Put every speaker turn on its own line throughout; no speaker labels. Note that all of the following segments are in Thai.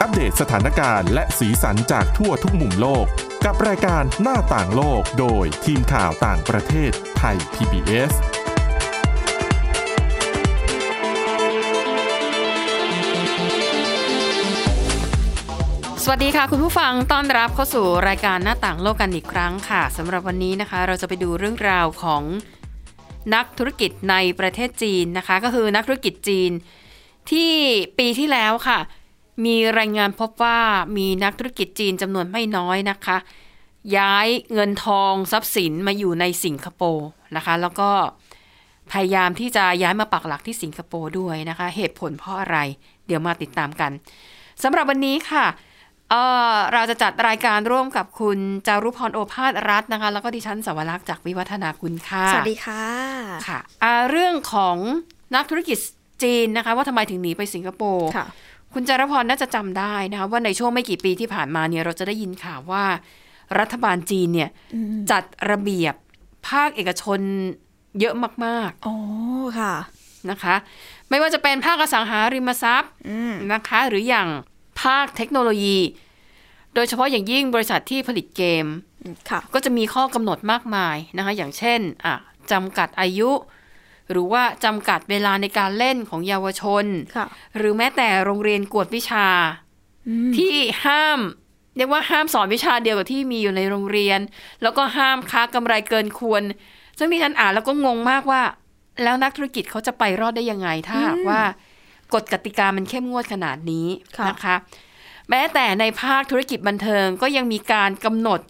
อัปเดตสถานการณ์และสีสันจากทั่วทุกมุมโลก กับรายการหน้าต่างโลกโดยทีมข่าวต่างประเทศไทย PBS
สวัสดีค่ะ คุณผู้ฟังต้อนรับเข้าสู่รายการหน้าต่างโลกกันอีกครั้งค่ะสำหรับวันนี้นะคะ เราจะไปดูเรื่องราวของนักธุรกิจในประเทศจีนนะคะ ก็คือนักธุรกิจจีน ที่ปีที่แล้วค่ะ มีรายงานพบว่ามีนักธุรกิจจีนจำนวนไม่น้อยนะคะ ย้ายเงินทองทรัพย์สินมาอยู่ในสิงคโปร์นะคะ แล้วก็พยายามที่จะย้ายมาปักหลักที่สิงคโปร์ด้วยนะคะ เหตุผลเพราะอะไร เดี๋ยวมาติดตามกัน สำหรับวันนี้ค่ะเอ่อเราจะจัดรายการร่วมกับคุณจารุพรโอภาสรัตน์นะคะ แล้วก็ดิฉันสวรักษ์จากวิวัฒนาคุณค่ะ
สวัสดีค่ะ
ค่ะอ่าเรื่องของนักธุรกิจจีนนะคะ ว่าทำไมถึงหนีไปสิงคโปร์
ค่ะ
คุณจารพรน่าจะจำได้นะคะว่าในช่วงไม่กี่ปีที่ผ่านมาเนี่ยเราจะได้ยินข่าวว่า รัฐบาลจีนเนี่ยจัดระเบียบภาคเอกชนเยอะมาก
อ๋อ ค่ะ
ๆนะคะ ไม่ว่าจะเป็นภาคอสังหาริมทรัพย์
อืม
นะคะ หรืออย่างภาคเทคโนโลยี โดยเฉพาะอย่างยิ่งบริษัทที่ผลิตเกม
ค่ะ
ก็จะมีข้อกำหนดมากมายนะคะอย่างเช่นอ่ะจำกัดอายุ หรือว่าจำกัดเวลาในการเล่นของเยาวชน
ค่ะ
หรือแม้แต่โรงเรียนกวดวิชา
อืม
ที่ห้ามเรียกว่าห้ามสอนวิชาเดียวกับที่มีอยู่ในโรงเรียน แล้วก็ห้ามค้ากำไรเกินควร ซึ่งที่ฉันอ่านแล้วก็งงมากว่า แล้วนักธุรกิจเขาจะไปรอดได้ยังไง ถ้าหากว่ากฎกติกามันเข้มงวดขนาดนี้
ค่ะ
นะคะ แม้แต่ในภาคธุรกิจบันเทิงก็ยังมีการกำหนด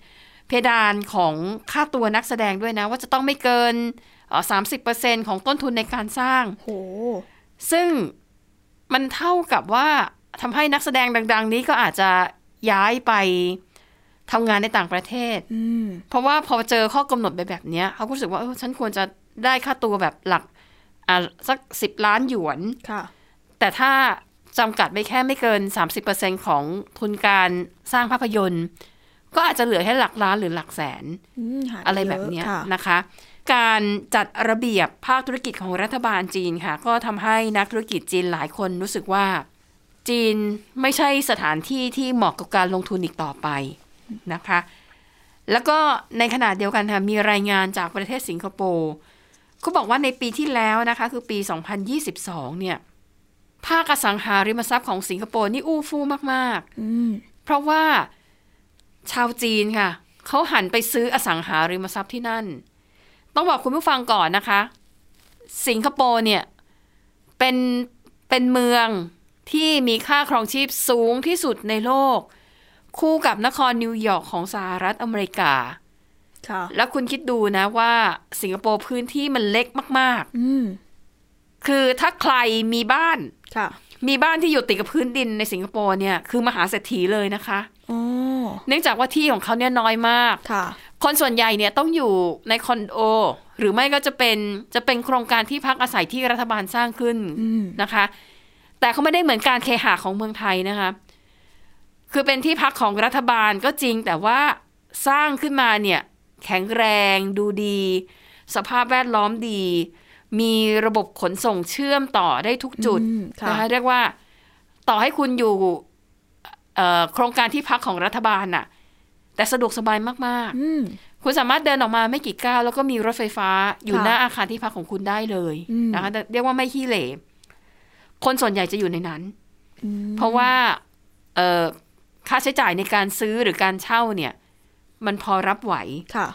เพดานของค่าตัวนักแสดงด้วยนะ ว่าจะต้องไม่เกินสามสิบเปอร์เซ็นของต้นทุนในการสร้าง
โห
ซึ่งมันเท่ากับว่าทำให้นักแสดงดัง ๆ นี้ก็อาจจะย้ายไปทำงานในต่างประเทศ
อืม
เพราะว่าพอเจอข้อกำหนดไปแบบเนี้ยเขาก็รู้สึกว่าเออฉันควรจะได้ค่าตัวแบบหลักอ่ะสักสิบล้านหยวน
ค่ะ
แต่ถ้าจำกัดไปแค่ไม่เกิน 30%ของทุนการสร้างภาพยนตร์ ก็อาจจะเหลือแค่หลักล้านหรือหลักแสน
อืมหา
อะไรแบบเนี้ย
ค่ะ
นะคะ การจัดระเบียบภาคธุรกิจของรัฐบาลจีนค่ะ ก็ทำให้นักธุรกิจจีนหลายคนรู้สึกว่า จีนไม่ใช่สถานที่ที่เหมาะกับการลงทุนอีกต่อไปนะคะ แล้วก็ในขณะเดียวกันค่ะมีรายงานจากประเทศสิงคโปร์เขาบอกว่าในปีที่แล้วนะคะ คือปี 2022 เนี่ย ภาคอสังหาริมทรัพย์ของสิงคโปร์นี่อู้ฟู่มาก ๆ
อืม
เพราะว่าชาวจีนค่ะ เขาหันไปซื้ออสังหาริมทรัพย์ที่นั่น ต้องบอกคุณผู้ฟังก่อนนะคะ สิงคโปร์เนี่ยเป็นเป็นเมืองที่มีค่าครองชีพสูงที่สุดในโลก คู่กับนครนิวยอร์กของสหรัฐอเมริกา
ค่ะ
แล้วคุณคิดดูนะว่าสิงคโปร์พื้นที่มันเล็กมาก
อืม
ๆ คือถ้าใครมีบ้าน
ค่ะ
มีบ้านที่อยู่ติดกับพื้นดินในสิงคโปร์เนี่ยคือมหาเศรษฐีเลยนะคะ
โอ้
เนื่องจากว่าที่ของเขาเนี่ยน้อยมาก
ค่ะ
คนส่วนใหญ่เนี่ยต้องอยู่ในคอนโด หรือไม่ก็จะเป็นจะเป็นโครงการที่พักอาศัยที่รัฐบาลสร้างขึ้น
อืม
นะคะ แต่เขาไม่ได้เหมือนการเคหะของเมืองไทยนะคะ คือเป็นที่พักของรัฐบาลก็จริง แต่ว่าสร้างขึ้นมาเนี่ยแข็งแรงดูดี สภาพแวดล้อมดี มีระบบขนส่งเชื่อมต่อได้ทุกจุด
อืมค่ะ
นะคะเรียกว่าต่อให้คุณอยู่เอ่อโครงการที่พักของรัฐบาลน่ะ แต่สะดวกสบายมาก
อืม
ๆ คุณสามารถเดินออกมาไม่กี่ก้าวแล้วก็มีรถไฟฟ้าอยู่
ค่ะ
หน้าอาคารที่พักของคุณได้เลย
อืม
นะคะเรียกว่าไม่ขี้เหร่คนส่วนใหญ่จะอยู่ในนั้น
อืม
เพราะว่าเอ่อค่าใช้จ่ายในการซื้อหรือการเช่าเนี่ย มันพอรับไหว
ค่ะ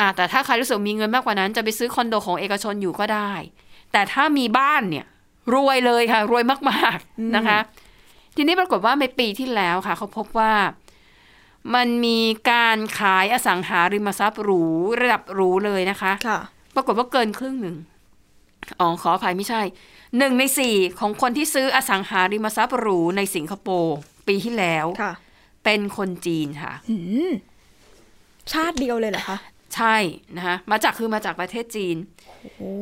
อ่าแต่ถ้าใครรู้สึกมีเงินมากกว่านั้น จะไปซื้อคอนโดของเอกชนอยู่ก็ได้ แต่ถ้ามีบ้านเนี่ย รวยเลยค่ะ รวยมาก
อืม
ๆนะคะ ทีนี้ปรากฏว่าในปีที่แล้วค่ะ เขาพบว่ามันมีการขายอสังหาริมทรัพย์หรูระดับหรูเลยนะคะ
ค่ะ
ปรากฏว่าเกินครึ่งหนึ่งอ๋อขออภัยไม่ใช่หนึ่งในสี่ของคนที่ซื้ออสังหาริมทรัพย์หรูในสิงคโปร์ปีที่แล้ว
ค่ะ
เป็นคนจีนค่ะ
อืม ชาติเดียวเลยเหรอคะ
ใช่นะคะมาจากคือมาจากประเทศจีน
โอ้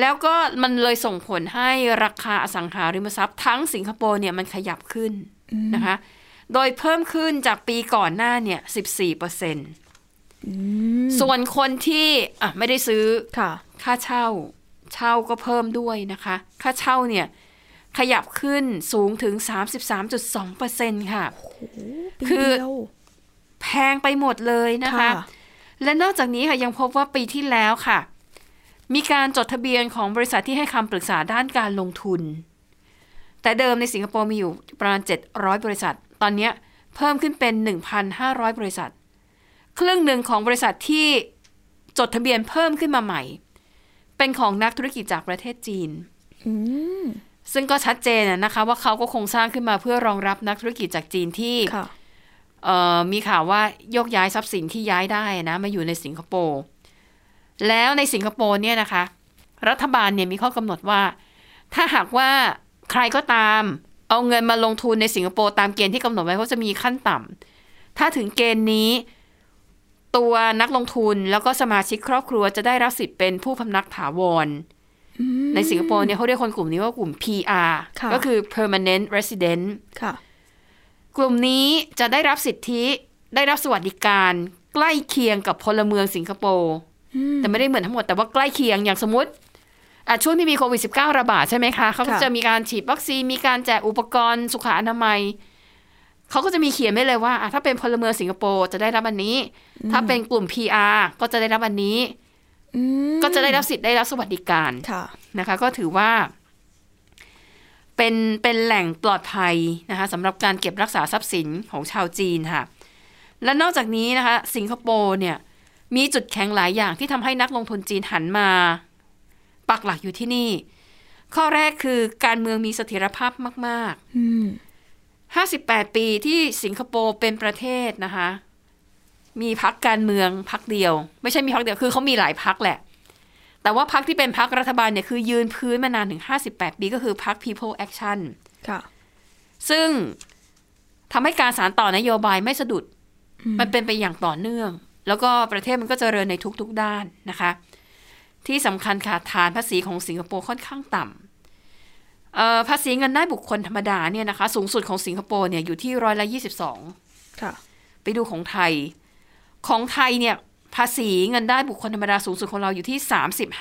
แล้วก็มันเลยส่งผลให้ราคาอสังหาริมทรัพย์ทั้งสิงคโปร์เนี่ยมันขยับขึ้นนะคะ โดยเพิ่มขึ้นจากปีก่อนหน้าเนี่ย 14เปอร์เซ็นต์ส่วนคนที่อ่ะไม่ได้ซื้อ
ค่ะ
ค่าเช่า เช่าก็เพิ่มด้วยนะคะ ค่าเช่าเนี่ย ขยับขึ้นสูงถึง 33.2%ค่ะ
ปี
คือ
เดียว
แพงไปหมดเลยนะคะ และนอกจากนี้ค่ะยังพบว่าปีที่แล้วค่ะ มีการจดทะเบียนของบริษัทที่ให้คำปรึกษาด้านการลงทุน แต่เดิมในสิงคโปร์มีอยู่ประมาณ 700 บริษัท ตอนเนี้ยเพิ่มขึ้นเป็น 1,500 บริษัท ครึ่งหนึ่งของบริษัทที่จดทะเบียนเพิ่มขึ้นมาใหม่ เป็นของนักธุรกิจจากประเทศจีน
อืม
ซึ่งก็ชัดเจนน่ะนะคะว่าเขาก็คงสร้างขึ้นมาเพื่อรองรับนักธุรกิจจากจีนที่
ค่ะ
เอ่อมีข่าวว่าโยกย้ายทรัพย์สินที่ย้ายได้นะมาอยู่ในสิงคโปร์แล้วในสิงคโปร์เนี่ยนะคะ รัฐบาลเนี่ยมีข้อกำหนดว่า ถ้าหากว่าใครก็ตาม เอาเงินมาลงทุนในสิงคโปร์ตามเกณฑ์ที่กำหนดไว้เขาจะมีขั้นต่ำถ้าถึงเกณฑ์นี้ ตัวนักลงทุนแล้วก็สมาชิกครอบครัวจะได้รับสิทธิ์เป็นผู้พำนักถาวร ในสิงคโปร์เนี่ยเขาเรียกคนกลุ่มนี้ว่ากลุ่ม PR
ค่ะ
ก็คือ permanent resident
ค่ะ
กลุ่มนี้จะได้รับสิทธิได้รับสวัสดิการใกล้เคียงกับพลเมืองสิงคโปร์
อืม
แต่ไม่ได้เหมือนทั้งหมดแต่ว่าใกล้เคียงอย่างสมมติอ่ะช่วงที่มีโควิด -19 ระบาดใช่ไหมคะเขาก็
ค่ะ
จะมีการฉีดวัคซีน มีการแจกอุปกรณ์สุขอนามัย เขาก็จะมีเขียนไว้เลยว่าอ่ะถ้าเป็นพลเมืองสิงคโปร์จะได้รับอันนี้ ถ้าเป็นกลุ่ม PR ก็จะได้รับอันนี้
อืม
ก็จะได้รับสิทธิ์ได้รับสวัสดิการ
ค่ะ
นะคะก็ถือว่า เป็นเป็นแหล่งปลอดภัยนะคะสำหรับการเก็บรักษาทรัพย์สินของชาวจีนค่ะ และนอกจากนี้นะคะ สิงคโปร์เนี่ย มีจุดแข็งหลายอย่างที่ทำให้นักลงทุนจีนหันมา ปักหลักอยู่ที่นี่ ข้อแรกคือการเมืองมีเสถียรภาพมาก ๆ
อืม
58 ปีที่สิงคโปร์เป็นประเทศนะคะ มีพักการเมืองพักเดียว ไม่ใช่มีพักเดียวคือเขามีหลายพักแหละ แต่ว่าพักที่เป็นพักรัฐบาลเนี่ยคือยืนพื้นมานานถึง 58 ปีก็คือพัก People Action
ค่ะ
ซึ่งทำให้การสารต่อนโยบายไม่สะดุด มันเป็นไปอย่างต่อเนื่อง แล้วก็ประเทศมันก็เจริญในทุกๆด้านนะคะ ที่สำคัญค่ะฐานภาษีของสิงคโปร์ค่อนข้างต่ำเอ่อภาษีเงินได้บุคคลธรรมดาเนี่ยนะคะ สูงสุดของสิงคโปร์เนี่ยอยู่ที่ร้อยละยี่สิบสอง
ค่ะ
ไปดูของไทย ของไทยเนี่ยภาษีเงินได้บุคคลธรรมดาสูงสุดของเราอยู่ที่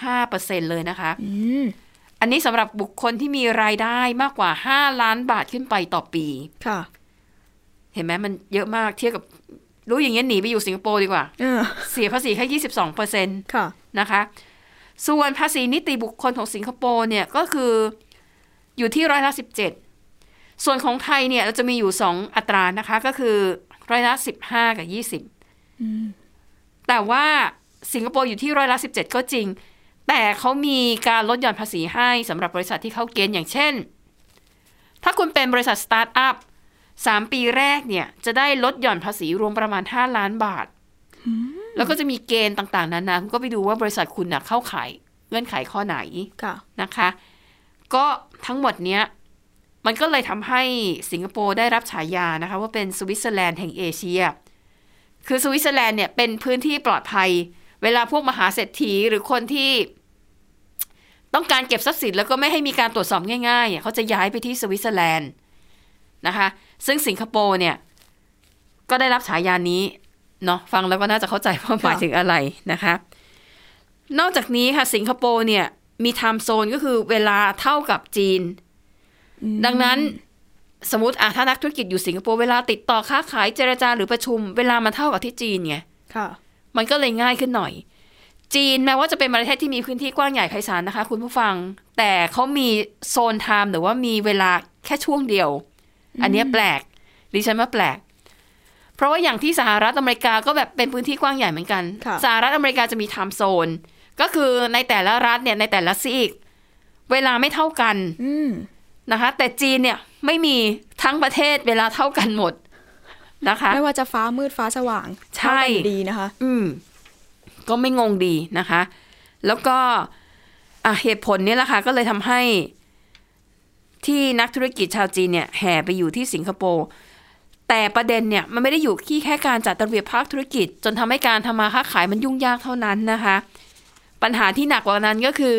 35%เลยนะคะ
อืม
อันนี้สำหรับบุคคลที่มีรายได้มากกว่า 5 ล้านบาทขึ้นไปต่อปี
ค่ะ
เห็นไหมมันเยอะมากเทียบกับรู้อย่างเงี้ยหนีไปอยู่สิงคโปร์ดีกว่า
เออ
เสียภาษีแค่ 22%น
ค่ะ
ะคะ ส่วนภาษีนิติบุคคลของสิงคโปร์เนี่ยก็คืออยู่ที่ร้อยละ 17 ส่วนของไทยเนี่ยเราจะมีอยู่ 2 อัตรานะคะ ก็คือร้อยละ 15 กับ
อืม
20 แต่ว่าสิงคโปร์อยู่ที่ร้อยละ 17 ก็จริง แต่เขามีการลดหย่อนภาษีให้สำหรับบริษัทที่เข้าเกณฑ์อย่างเช่น ถ้าคุณเป็นบริษัทสตาร์ทอัพ3ปีแรกเนี่ยจะได้ลดหย่อนภาษีรวมประมาณ 5 ล้านบาท แล้วก็จะมีเกณฑ์ต่างๆนานาคุณก็ไปดูว่าบริษัทคุณน่ะเข้าขายเงื่อนไขข้อไหน
ค่ะ
นะคะ ก็ทั้งหมดเนี้ยมันก็เลยทำให้สิงคโปร์ได้รับฉายานะคะ ว่าเป็นสวิตเซอร์แลนด์แห่งเอเชีย คือสวิตเซอร์แลนด์เนี่ยเป็นพื้นที่ปลอดภัย เวลาพวกมหาเศรษฐีหรือคนที่ต้องการเก็บทรัพย์สินแล้วก็ไม่ให้มีการตรวจสอบง่ายๆเนี่ยเขาจะย้ายไปที่สวิตเซอร์แลนด์นะคะ ซึ่งสิงคโปร์เนี่ยก็ได้รับฉายานี้เนาะฟังแล้วก็น่าจะเข้าใจว่า หมายถึงอะไรนะคะ นอกจากนี้ค่ะสิงคโปร์เนี่ยมีไทม์โซนก็คือเวลาเท่ากับจีน
อืม
ดังนั้นสมมติอ่ะถ้านักธุรกิจอยู่สิงคโปร์เวลาติดต่อค้าขายเจรจาหรือประชุม เวลามันเท่ากับที่จีนไง
ค่ะ
มันก็เลยง่ายขึ้นหน่อย จีนแม้ว่าจะเป็นประเทศที่มีพื้นที่กว้างใหญ่ไพศาลนะคะ คุณผู้ฟัง แต่เขามีโซนไทม์หรือว่ามีเวลาแค่ช่วงเดียว อันเนี้ยแปลก ดิฉันว่าแปลก เพราะว่าอย่างที่สหรัฐอเมริกาก็แบบเป็นพื้นที่กว้างใหญ่เหมือนกัน
ค่ะ
สหรัฐอเมริกาจะมีไทม์โซน ก็คือในแต่ละรัฐเนี่ยในแต่ละซีก เวลาไม่เท่ากัน
อืม
นะคะแต่จีนเนี่ยไม่มีทั้งประเทศเวลาเท่ากันหมดนะคะ
ไม่ว่าจะฟ้ามืดฟ้าสว่าง
ใช่
เท่ากันอยู่ดีนะคะ
อืม ก็ไม่งงดีนะคะ แล้วก็อ่ะเหตุผลเนี่ยแหละค่ะ ก็เลยทำให้ที่นักธุรกิจชาวจีนเนี่ยแห่ไปอยู่ที่สิงคโปร์แต่ประเด็นเนี่ย มันไม่ได้อยู่ที่แค่การจัดระเบียบภาคธุรกิจ จนทำให้การทำมาค้าขายมันยุ่งยากเท่านั้นนะคะ ปัญหาที่หนักกว่านั้นก็คือ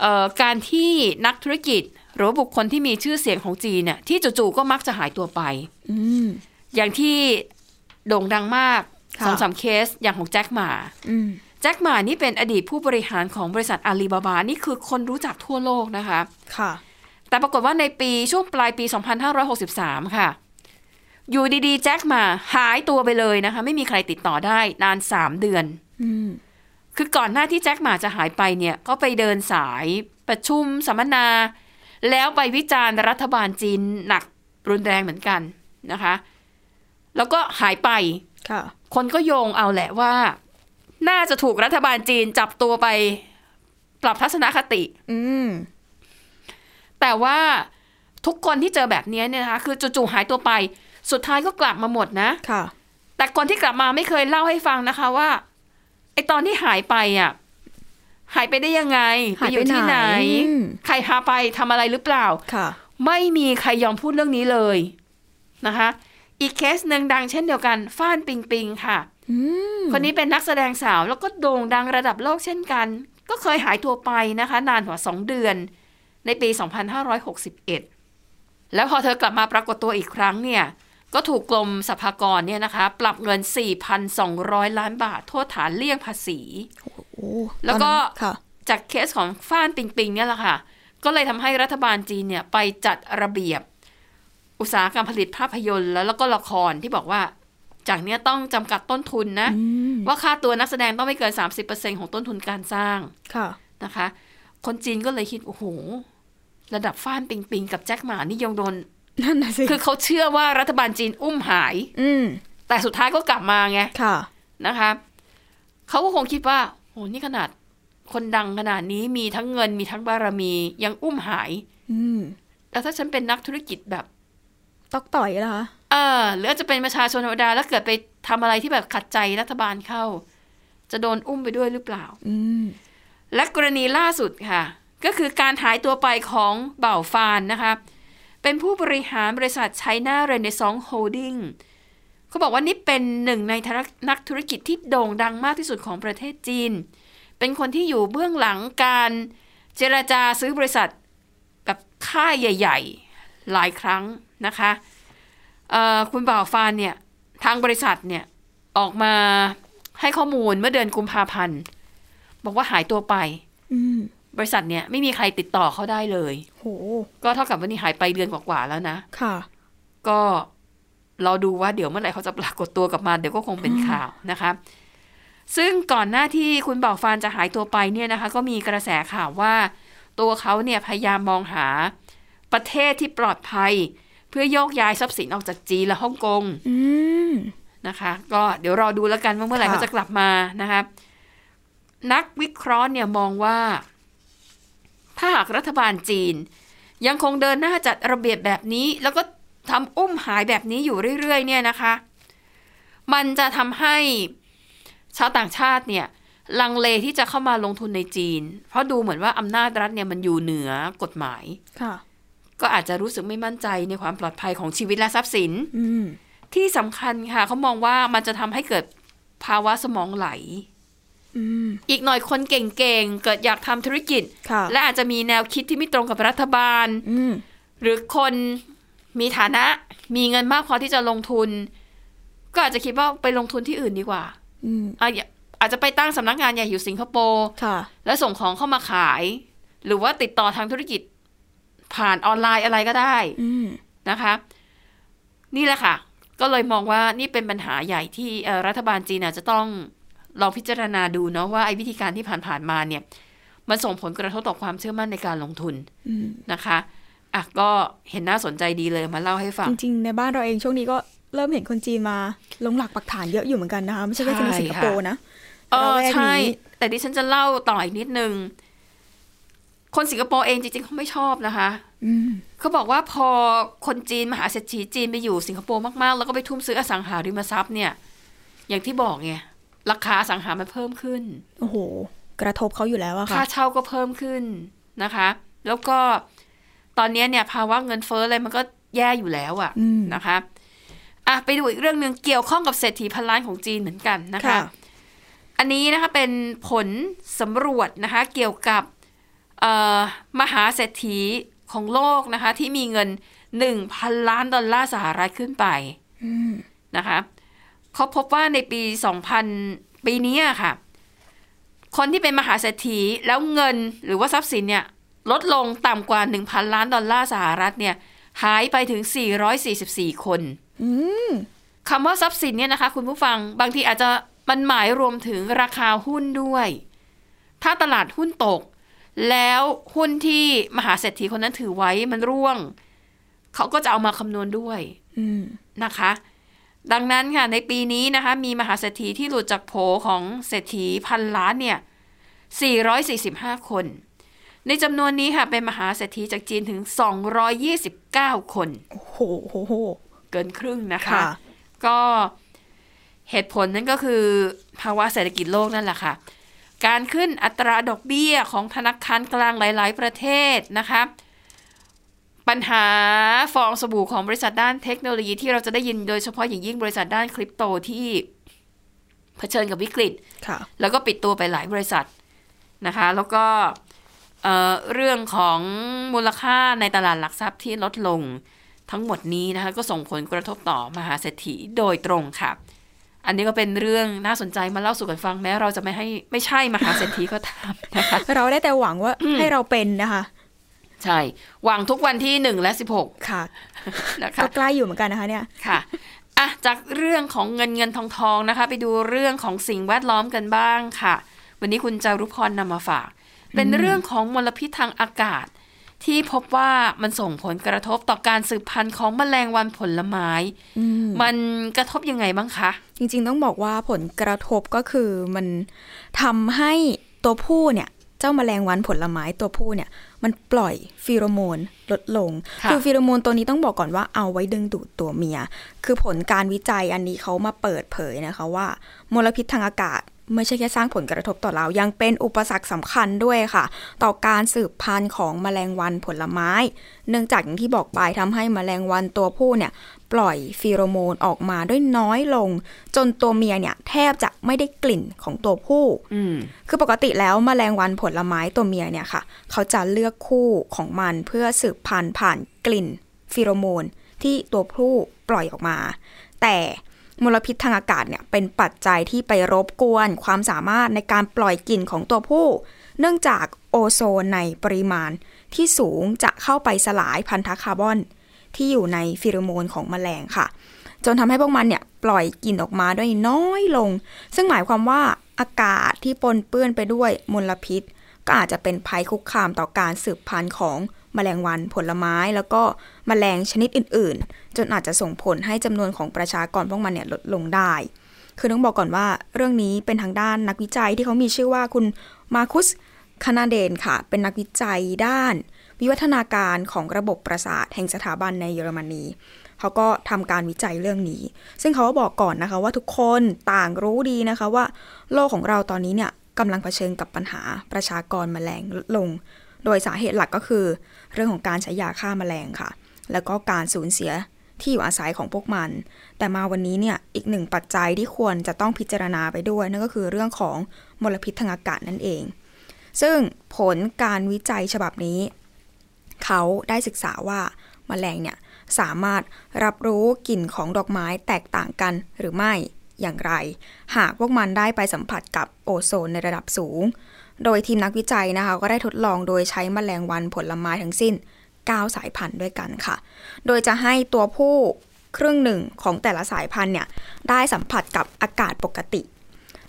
เอ่อการที่นักธุรกิจ หรือว่าบุคคลที่มีชื่อเสียงของจีนเนี่ยที่จู่ๆก็มักจะหายตัวไป
อืม
อย่างที่โด่งดังมาก
ค่ะ
สองสามเคสอย่างของแจ็คหมา
อืม
แจ็คหมานี่เป็นอดีตผู้บริหารของบริษัทอาลีบาบา นี่คือคนรู้จักทั่วโลกนะคะ
ค่ะ
แต่ปรากฏว่าในปีช่วงปลายปี 2563 ค่ะ อยู่ดีๆ แจ็คหมาหายตัวไปเลยนะคะ ไม่มีใครติดต่อได้นาน 3 เดือน
อืม
คือก่อนหน้าที่แจ็คหมาจะหายไปเนี่ยก็ไปเดินสายประชุมสัมมนา แล้วไปวิจารณ์รัฐบาลจีนหนักรุนแรงเหมือนกันนะคะ แล้วก็หายไป
ค่ะ
คนก็โยงเอาแหละว่า น่าจะถูกรัฐบาลจีนจับตัวไปปรับทัศนคติ
อืม
แต่ว่าทุกคนที่เจอแบบเนี้ยเนี่ยนะคะคือจู่ๆหายตัวไป สุดท้ายก็กลับมาหมดนะ
ค่ะ
แต่คนที่กลับมาไม่เคยเล่าให้ฟังนะคะว่าไอตอนที่หายไปอ่ะหายไปได้ยังไง
หายไป
อยู่ที่ไหน
ไหนอืม
ใครพาไปทำอะไรหรือเปล่า
ค่ะ
ไม่มีใครยอมพูดเรื่องนี้เลยนะคะ อีกเคสหนึ่งดังเช่นเดียวกันฟ้านปิงปิงค่ะ
อืม
คนนี้เป็นนักแสดงสาวแล้วก็โด่งดังระดับโลกเช่นกัน ก็เคยหายตัวไปนะคะ นานกว่า 2 เดือน ในปี 2561 แล้วพอเธอกลับมาปรากฏตัวอีกครั้งเนี่ย ก็ถูกกรมสรรพากรเนี่ยนะคะ ปรับเงิน 4,200 ล้านบาท โทษฐานเลี่ยงภาษี
โอ้
แล้วก็
ตอนนั้นค่ะ
จากเคสของฟ้านปิงปิงเนี่ยแหละค่ะ ก็เลยทำให้รัฐบาลจีนเนี่ยไปจัดระเบียบ อุตสาหกรรมผลิตภาพยนตร์แล้วแล้วก็ละครที่บอกว่า จากเนี้ยต้องจำกัดต้นทุนนะ
อืม
ว่าค่าตัวนักแสดงต้องไม่เกิน 30%ของต้นทุนการสร้าง
ค่ะ
นะคะ คนจีนก็เลยคิด โอ้โห ระดับฟ้านปิงปิงกับแจ็คหมานี่ยังโดน
นั่นน่ะสิ
คือเขาเชื่อว่ารัฐบาลจีนอุ้มหาย
อืม
แต่สุดท้ายก็กลับมาไง
ค่ะ
นะคะเขาก็คงคิดว่าโหนี่ขนาดคนดังขนาดนี้มีทั้งเงินมีทั้งบารมียังอุ้มหาย
อืม
แล้วถ้าฉันเป็นนักธุรกิจแบบ
ตอกต่อยเหรอคะ
เออหรืออาจจะเป็นประชาชนธรรมดาแล้วเกิดไปทำอะไรที่แบบขัดใจรัฐบาลเข้า จะโดนอุ้มไปด้วยหรือเปล่า
อืม
และกรณีล่าสุดค่ะ ก็คือการหายตัวไปของเบ่าวฟานนะคะ เป็นผู้บริหารบริษัทไชน่าเรเนซอง s ์โฮลดิ้งเขาบอกว่านี่เป็นหนึ่งในนักธุรกิจที่โด่งดังมากที่สุดของประเทศจีน เป็นคนที่อยู่เบื้องหลังการเจรจาซื้อบริษัทกับค่ายใหญ่ ๆ หลายครั้งนะคะเอ่อคุณบ่าวฟานเนี่ย ทางบริษัทเนี่ย ออกมาให้ข้อมูลเมื่อเดือนกุมภาพันธ์ บอกว่าหายตัวไป
อืม
บริษัทเนี่ยไม่มีใครติดต่อเขาได้เลย
โห
ก็เท่ากับว่านี่หายไปเดือนกว่าๆแล้วนะ
ค่ะ
ก็เราดูว่าเดี๋ยวเมื่อไหร่เขาจะปรากฏตัวกลับมา เดี๋ยวก็คงเป็นข่าวนะคะ ซึ่งก่อนหน้าที่คุณบ่าวฟานจะหายตัวไปเนี่ยนะคะ ก็มีกระแสข่าวว่า ตัวเขาเนี่ยพยายามมองหาประเทศที่ปลอดภัย เพื่อโยกย้ายทรัพย์สินออกจากจีนและฮ่องกง
อืม
นะคะก็เดี๋ยวรอดูแล้วกันว่าเมื่อไหร่
ค่ะ
เขาจะกลับมานะคะนักวิเคราะห์เนี่ยมองว่า ถ้าหากรัฐบาลจีน ยังคงเดินหน้าจัดระเบียบแบบนี้ แล้วก็ทำอุ้มหายแบบนี้อยู่เรื่อยๆเนี่ยนะคะ มันจะทำให้ชาวต่างชาติเนี่ยลังเลที่จะเข้ามาลงทุนในจีน เพราะดูเหมือนว่าอำนาจรัฐเนี่ยมันอยู่เหนือกฎหมาย
ค่ะ
ก็อาจจะรู้สึกไม่มั่นใจในความปลอดภัยของชีวิตและทรัพย์สิน
อืม
ที่สำคัญค่ะเขามองว่ามันจะทำให้เกิดภาวะสมองไหล
อืม
อีกหน่อยคนเก่งๆ เกิดอยากทำธุรกิจ
ค่ะ
และอาจจะมีแนวคิดที่ไม่ตรงกับรัฐบาล
อืม
หรือคนมีฐานะมีเงินมากพอที่จะลงทุน ก็อาจจะคิดว่าไปลงทุนที่อื่นดีกว่า
อืม
อาจอาจจะไปตั้งสำนักงานใหญ่อยู่สิงคโปร์
ค่ะ
แล้วส่งของเข้ามาขาย หรือว่าติดต่อทางธุรกิจผ่านออนไลน์อะไรก็ได้
อืม
นะคะนี่แหละค่ะ ก็เลยมองว่านี่เป็นปัญหาใหญ่ที่เอ่อรัฐบาลจีนอาจจะต้องลองพิจารณาดูเนาะว่าไอ้วิธีการที่ผ่านๆมาเนี่ย มันส่งผลกระทบต่อความเชื่อมั่นในการลงทุน
อืม
นะคะอ่ะก็เห็นน่าสนใจดีเลยมาเล่าให้ฟัง
จริงๆ ในบ้านเราเองช่วงนี้ก็เริ่มเห็นคนจีนมาลงหลักปักฐานเยอะอยู่เหมือนกันนะคะ ไม่ใช่แค่
ใช่
จะมีสิงคโปร์
ค่ะ
นะ
เออ
ระแวกนี้
ใช่ แต่ดิฉันจะเล่าต่ออีกนิดนึง คนสิงคโปร์เองจริงๆเขาไม่ชอบนะคะ
อืม
เขาบอกว่าพอคนจีนมหาเศรษฐีจีนไปอยู่สิงคโปร์มากๆ แล้วก็ไปทุ่มซื้ออสังหาริมทรัพย์เนี่ย อย่างที่บอกไงราคาอสังหามันเพิ่มขึ้น
โอ้โห กระทบเขาอยู่แล้วอะ
ค่า
ค่ะ
เช่าก็เพิ่มขึ้นนะคะ แล้วก็ตอนเนี้ยเนี่ยภาวะเงินเฟ้ออะไรมันก็แย่อยู่แล้วอะ
อืม
นะคะอ่ะไปดูอีกเรื่องหนึ่งเกี่ยวข้องกับเศรษฐีพันล้านของจีนเหมือนกันนะคะ อันนี้นะคะเป็นผลสำรวจนะคะเกี่ยวกับเอ่อมหาเศรษฐีของโลกนะคะที่มีเงิน 1,000 ล้านดอลลาร์สหรัฐขึ้นไป
อืม
นะคะเขาพบว่าในปี 2000 ปีนี้อะค่ะ คนที่เป็นมหาเศรษฐีแล้วเงินหรือว่าทรัพย์สินเนี่ย ลดลงต่ำกว่า 1,000 ล้านดอลลาร์สหรัฐเนี่ยหายไปถึง 444 คน
อืม
คำว่าทรัพย์สินเนี่ยนะคะ คุณผู้ฟังบางทีอาจจะมันหมายรวมถึงราคาหุ้นด้วย ถ้าตลาดหุ้นตก แล้วหุ้นที่มหาเศรษฐีคนนั้นถือไว้มันร่วง เขาก็จะเอามาคำนวณด้วย
อืม
นะคะ ดังนั้นค่ะในปีนี้นะคะ มีมหาเศรษฐีที่หลุดจากโผของเศรษฐีพันล้านเนี่ย 445 คน ในจำนวนนี้ค่ะเป็นมหาเศรษฐีจากจีนถึง 229 คน
โอ้โหโหโห
เกินครึ่งนะคะ
ค่ะ
ก็เหตุผลนั่นก็คือภาวะเศรษฐกิจโลกนั่นแหละค่ะ การขึ้นอัตราดอกเบี้ยของธนาคารกลางหลาย ๆ ประเทศนะคะ ปัญหาฟองสบู่ของบริษัทด้านเทคโนโลยีที่เราจะได้ยินโดยเฉพาะอย่างยิ่งบริษัทด้านคริปโตที่เผชิญกับวิกฤต
ค่ะ
แล้วก็ปิดตัวไปหลายบริษัทนะคะ แล้วก็เอ่อเรื่องของมูลค่าในตลาดหลักทรัพย์ที่ลดลงทั้งหมดนี้นะคะ ก็ส่งผลกระทบต่อมหาเศรษฐีโดยตรงค่ะ อันนี้ก็เป็นเรื่องน่าสนใจมาเล่าสู่กันฟังแม้เราจะไม่ให้ไม่ใช่มหาเศรษฐีก็ตามนะคะ
เราได้แต่หวังว่าให้เราเป็นนะคะ
ใช่หวังทุกวันที่หนึ่งและสิบหก
ค่ะ
นะคะ
ก็ใกล้อยู่เหมือนกันนะคะเนี่ย
ค่ะอ่ะ จากเรื่องของเงินเงินทองทองนะคะ ไปดูเรื่องของสิ่งแวดล้อมกันบ้างค่ะ วันนี้คุณจารุพรนำมาฝาก เป็นเรื่องของมลพิษทางอากาศ ที่พบว่ามันส่งผลกระทบต่อการสืบพันธุ์ของแมลงวันผลไม้
อืม
มันกระทบยังไงบ้างคะ
จริงๆต้องบอกว่าผลกระทบก็คือมันทำให้ตัวผู้เนี่ย เจ้าแมลงวันผลไม้ตัวผู้เนี่ย มันปล่อยฟีโรโมนลดลง
ค่ะ
อฟีโรโมนตัวนี้ต้องบอกก่อนว่าเอาไว้ดึงดูดตัวเมีย คือผลการวิจัยอันนี้เขามาเปิดเผยนะคะว่ามลพิษทางอากาศ ไม่ใช่แค่สร้างผลกระทบต่อเรา ยังเป็นอุปสรรคสำคัญด้วยค่ะ ต่อการสืบพันธุ์ของแมลงวันผลไม้ เนื่องจากอย่างที่บอกไปทำให้แมลงวันตัวผู้เนี่ย ปล่อยฟีโรโมนออกมาด้วยน้อยลง จนตัวเมียเนี่ย แทบจะไม่ได้กลิ่นของตัวผู้
อืม
คือปกติแล้วมแมลงวันผลไม้ตัวเมียเนี่ยค่ะ เขาจะเลือกคู่ของมันเพื่อสืบพันธุ์ผ่านกลิ่นฟีโรโมนที่ตัวผู้ปล่อยออกมา แต่มลพิษทางอากาศเนี่ยเป็นปัจจัยที่ไปรบกวนความสามารถในการปล่อยกลิ่นของตัวผู้ เนื่องจากโอโซนในปริมาณที่สูงจะเข้าไปสลายพันธะคาร์บอน ที่อยู่ในฟีโรโมนของแมลงค่ะ จนทำให้พวกมันเนี่ยปล่อยกลิ่นออกมาได้น้อยลง ซึ่งหมายความว่าอากาศที่ปนเปื้อนไปด้วยมลพิษ ก็อาจจะเป็นภัยคุกคามต่อการสืบพันธุ์ของแมลงวันผลไม้ แล้วก็แมลงชนิดอื่นๆ จนอาจจะส่งผลให้จำนวนของประชากรพวกมันเนี่ยลดลงได้ คือต้องบอกก่อนว่าเรื่องนี้เป็นทางด้านนักวิจัยที่เขามีชื่อว่าคุณมาคุสคานาเดนค่ะ เป็นนักวิจัยด้าน วิวัฒนาการของระบบประสาทแห่งสถาบันในเยอรมนี เขาก็ทำการวิจัยเรื่องนี้ ซึ่งเขาก็บอกก่อนนะคะว่าทุกคนต่างรู้ดีนะคะว่า โลกของเราตอนนี้เนี่ยกำลังเผชิญกับปัญหาประชากรแมลงลดลง โดยสาเหตุหลักก็คือ เรื่องของการใช้ยาฆ่าแมลงค่ะ แล้วก็การสูญเสียที่อยู่อาศัยของพวกมัน แต่มาวันนี้เนี่ยอีกหนึ่งปัจจัยที่ควรจะต้องพิจารณาไปด้วย นั่นก็คือเรื่องของมลพิษทางอากาศนั่นเอง ซึ่งผลการวิจัยฉบับนี้ เขาได้ศึกษาว่าแมลงเนี่ย สามารถรับรู้กลิ่นของดอกไม้แตกต่างกันหรือไม่อย่างไร หากพวกมันได้ไปสัมผัสกับโอโซนในระดับสูง โดยทีมนักวิจัยนะคะก็ได้ทดลองโดยใช้แมลงวันผลไม้ทั้งสิ้น 9 สายพันธุ์ด้วยกันค่ะ โดยจะให้ตัวผู้ครึ่งหนึ่งของแต่ละสายพันธุ์เนี่ยได้สัมผัสกับอากาศปกติ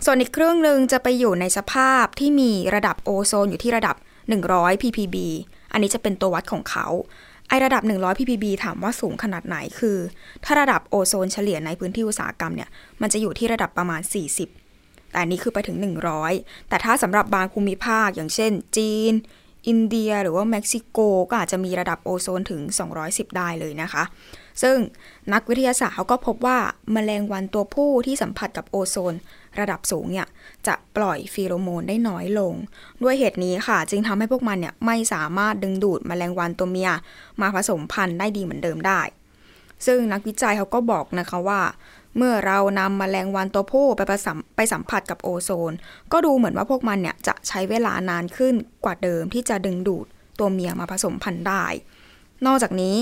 ส่วนอีกครึ่งหนึ่งจะไปอยู่ในสภาพที่มีระดับโอโซนอยู่ที่ระดับ 100 ppb อันนี้จะเป็นตัววัดของเขา ไอระดับ 100 ppb ถามว่าสูงขนาดไหนคือ ถ้าระดับโอโซนเฉลี่ยในพื้นที่อุตสาหกรรมเนี่ย มันจะอยู่ที่ระดับประมาณ 40 แต่อันนี้คือไปถึง 100 แต่ถ้าสำหรับบางภูมิภาค อย่างเช่น จีน อินเดีย หรือว่าเม็กซิโก ก็อาจจะมีระดับโอโซนถึง 210 ได้เลยนะคะ ซึ่งนักวิทยาศาสตร์เขาก็พบว่าแมลงวันตัวผู้ที่สัมผัสกับโอโซน ระดับสูงเนี่ยจะปล่อยฟีโรโมนได้น้อยลง ด้วยเหตุนี้ค่ะ จึงทำให้พวกมันเนี่ยไม่สามารถดึงดูดแมลงวันตัวเมีย มาผสมพันธุ์ได้ดีเหมือนเดิมได้ ซึ่งนักวิจัยเขาก็บอกนะคะว่า เมื่อเรานำแมลงวันตัวผู้ไปประสัมไปสัมผัสกับโอโซน ก็ดูเหมือนว่าพวกมันเนี่ยจะใช้เวลานานขึ้นกว่าเดิมที่จะดึงดูดตัวเมียมาผสมพันธุ์ได้ นอกจากนี้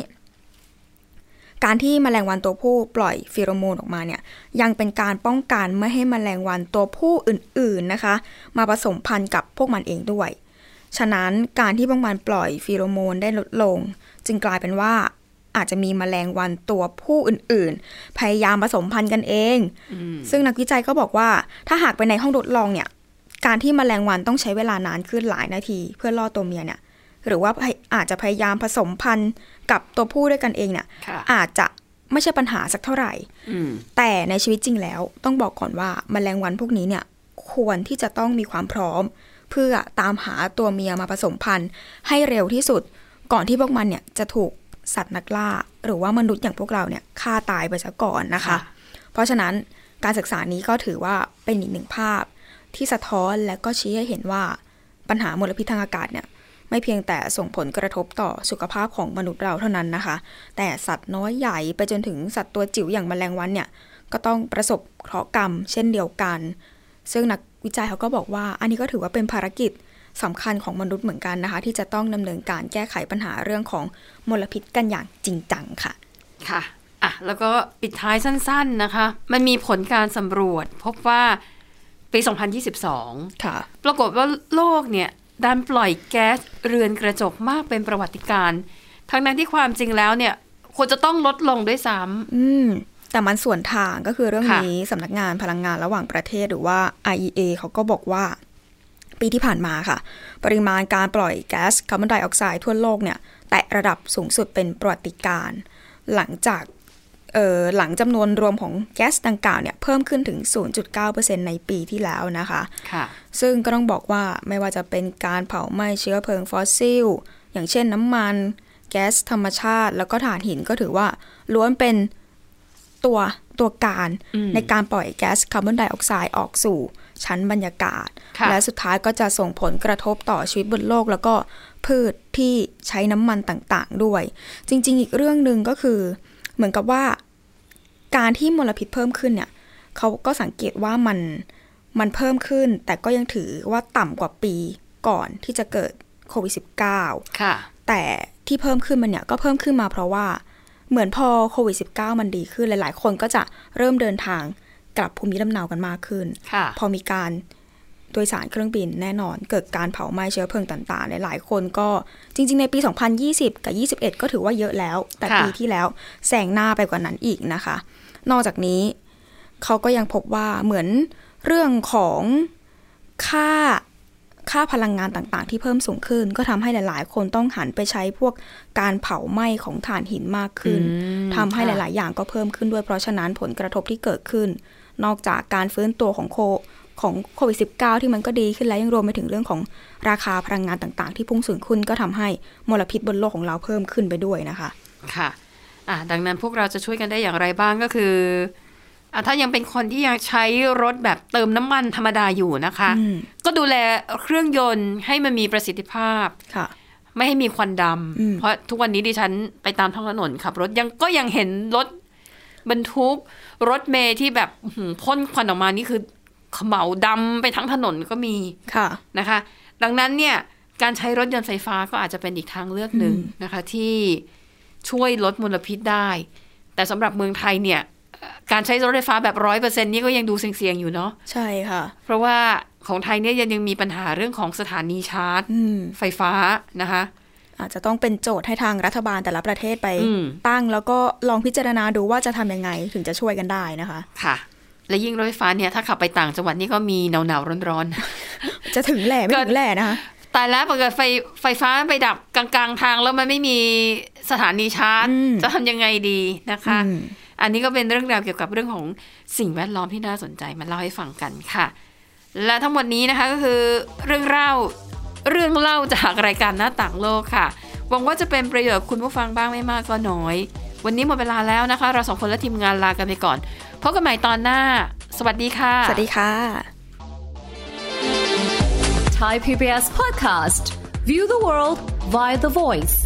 การที่แมลงวันตัวผู้ปล่อยฟีโรโมนออกมาเนี่ย ยังเป็นการป้องกันไม่ให้แมลงวันตัวผู้อื่นๆนะคะ มาผสมพันธุ์กับพวกมันเองด้วย ฉะนั้นการที่บางวันปล่อยฟีโรโมนได้ลดลง จึงกลายเป็นว่าอาจจะมีมแมลงวันตัวผู้อื่นๆ พยายามผสมพันธุ์กันเอง ซึ่งนักวิจัยก็บอกว่า ถ้าหากไปในห้องทดลองเนี่ย การที่มแมลงวันต้องใช้เวลานานขึ้นหลายนาที เพื่อล่อตัวเมียเนี่ย หรือว่าพยอาจจะพยายามผสมพันธุ์กับตัวผู้ด้วยกันเองเนี่ย
ค่ะ
อาจจะไม่ใช่ปัญหาสักเท่าไหร่
อืม
แต่ในชีวิตจริงแล้วต้องบอกก่อนว่าแมลงวันพวกนี้เนี่ยควรที่จะต้องมีความพร้อม เพื่อตามหาตัวเมียมาผสมพันธุ์ ให้เร็วที่สุด ก่อนที่พวกมันเนี่ยจะถูกสัตว์นักล่า หรือว่ามนุษย์อย่างพวกเราเนี่ยฆ่าตายไปซะก่อนนะคะ
ค่ะ
เพราะฉะนั้นการศึกษานี้ก็ถือว่าเป็นอีกหนึ่งภาพ ที่สะท้อนและก็ชี้ให้เห็นว่าปัญหามลพิษทางอากาศเนี่ยไม่เพียงแต่ส่งผลกระทบต่อสุขภาพของมนุษย์เราเท่านั้นนะคะ แต่สัตว์น้อยใหญ่ไปจนถึงสัตว์ตัวจิ๋วอย่างแมลงวันเนี่ย ก็ต้องประสบเคราะห์กรรมเช่นเดียวกัน ซึ่งนักวิจัยเขาก็บอกว่า อันนี้ก็ถือว่าเป็นภารกิจสำคัญของมนุษย์เหมือนกันนะคะ ที่จะต้องดำเนินการแก้ไขปัญหาเรื่องของมลพิษกันอย่างจริงจังค่ะ
ค่ะ อ่ะ แล้วก็ปิดท้ายสั้นๆนะคะ มันมีผลการสำรวจพบว่าปี 2022
ค่ะ
ปรากฏว่าโลกเนี่ย ดันปล่อยแก๊สเรือนกระจกมากเป็นประวัติการณ์ทั้งนั้นที่ความจริงแล้วเนี่ย ควรจะต้องลดลงด้วยซ้ำ
อืม แต่มันส่วนทางก็คือเรื่อง
ค่ะ
นี้สำนักงานพลังงานระหว่างประเทศหรือว่า IEA เขาก็บอกว่า ปีที่ผ่านมาค่ะ ปริมาณการปล่อยแก๊สคาร์บอนไดออกไซด์ทั่วโลกเนี่ย แตะระดับสูงสุดเป็นประวัติการณ์หลังจากเอ่อหลังจำนวนรวมของแก๊สดังกล่าวเนี่ย เพิ่มขึ้นถึง 0.9%ในปีที่แล้วนะคะ
ค่ะ
ซึ่งก็ต้องบอกว่าไม่ว่าจะเป็นการเผาไหม้เชื้อเพลิงฟอสซิล อย่างเช่นน้ำมัน แก๊สธรรมชาติ แล้วก็ถ่านหินก็ถือว่าล้วนเป็นตัวตัวการ
อืม
ในการปล่อยแก๊สคาร์บอนไดออกไซด์ออกสู่ชั้นบรรยากาศ
ค่ะ
และสุดท้ายก็จะส่งผลกระทบต่อชีวิตบนโลก แล้วก็พืชที่ใช้น้ำมันต่างๆด้วย จริง ๆ อีกเรื่องหนึ่งก็คือเหมือนกับว่า การที่มลพิษเพิ่มขึ้นเนี่ยเขาก็สังเกตว่ามันมันเพิ่มขึ้น แต่ก็ยังถือว่าต่ำกว่าปีก่อนที่จะเกิดโควิด -19
ค่ะ
แต่ที่เพิ่มขึ้นมันเนี่ยก็เพิ่มขึ้นมาเพราะว่าเหมือนพอโควิด -19 มันดีขึ้นหลาย ๆ คนก็จะเริ่มเดินทางกลับภูมิลำเนากันมากขึ้น
ค่ะ
พอมีการโดยสารเครื่องบินแน่นอน เกิดการเผาไหม้เชื้อเพลิงต่างๆ หลายๆคนก็จริง ๆ ในปี 2020 กับ 21 ก็ถือว่าเยอะแล้ว แต่
ค่ะ
ปีที่แล้วแซงหน้าไปกว่านั้นอีกนะคะ นอกจากนี้เขาก็ยังพบว่าเหมือนเรื่องของค่าค่าพลังงานต่างๆ ที่เพิ่มสูงขึ้น ก็ทำให้หลาย ๆ คนต้องหันไปใช้พวกการเผาไหม้ของถ่านหินมากขึ้น ทำให้หลาย ๆ อย่างก็เพิ่มขึ้นด้วยเพราะฉะนั้นผลกระทบที่เกิดขึ้น นอกจากการฟื้นตัวของโคของโควิด -19 ที่มันก็ดีขึ้นแล้วยังรวมไปถึงเรื่องของราคาพลังงานต่าง ๆ ที่พุ่งสูงขึ้นก็ทำให้มลพิษบนโลกของเราเพิ่มขึ้นไปด้วยนะคะ
ค่ะอ่ะ ดังนั้นพวกเราจะช่วยกันได้อย่างไรบ้างก็คืออ่ะถ้ายังเป็นคนที่ยังใช้รถแบบเติมน้ำมันธรรมดาอยู่นะคะ
อืม
ก็ดูแลเครื่องยนต์ให้มันมีประสิทธิภาพ
ค่ะ
ไม่ให้มีควันด
อืม
ำ เพราะทุกวันนี้ดิฉันไปตามท้องถนนขับรถยังก็ยังเห็นรถบรรทุก รถเมย์ที่แบบอื้อหือพ่นควันออกมานี่คือเขมเหลาดำไปทั้งถนนก็มี
ค่ะ
นะคะ ดังนั้นเนี่ยการใช้รถยนต์ไฟฟ้าก็อาจจะเป็นอีกทางเลือกหนึ่งนะคะ ที่ช่วยลดมลพิษได้ แต่สำหรับเมืองไทยเนี่ยเอ่อการใช้รถไฟฟ้าแบบร้อยเปอร์เซ็นนี่ก็ยังดูเสี่ยงๆอยู่เนาะ
ใช่ค่ะ
เพราะว่าของไทยเนี่ยยังยังมีปัญหาเรื่องของสถานีชาร์จ
อืม
ไฟฟ้านะคะ
อาจจะต้องเป็นโจทย์ให้ทางรัฐบาลแต่ละประเทศไป
อืม
ตั้งแล้วก็ลองพิจารณาดูว่าจะทำยังไงถึงจะช่วยกันได้นะคะ
ค่ะ และยิ่งรถไฟฟ้าเนี่ยถ้าขับไปต่างจังหวัดนี่ก็มีหนาวๆร้อนๆ
จะถึงแหล่ไม่
เกิด
ถึงแหล่นะคะ
ตายแล้วเกิดไฟไฟฟ้าไปดับกลางๆทางแล้วมันไม่มีสถานีชาร์จ
อืม
จะทำยังไงดีนะคะ
อืม
อันนี้ก็เป็นเรื่องราวเกี่ยวกับเรื่องของสิ่งแวดล้อมที่น่าสนใจมาเล่าให้ฟังกันค่ะ และทั้งหมดนี้นะคะก็คือเรื่องเล่าเรื่องเล่าจากรายการหน้าต่างโลกค่ะ หวังว่าจะเป็นประโยชน์คุณผู้ฟังบ้างไม่มากก็น้อย วันนี้หมดเวลาแล้วนะคะ เราสองคนและทีมงานลากันไปก่อนพบกันใหม่ตอนหน้า สวัสดีค่ะ
สวัสดีค่ะ
Thai PBS podcast. View the world via the voice.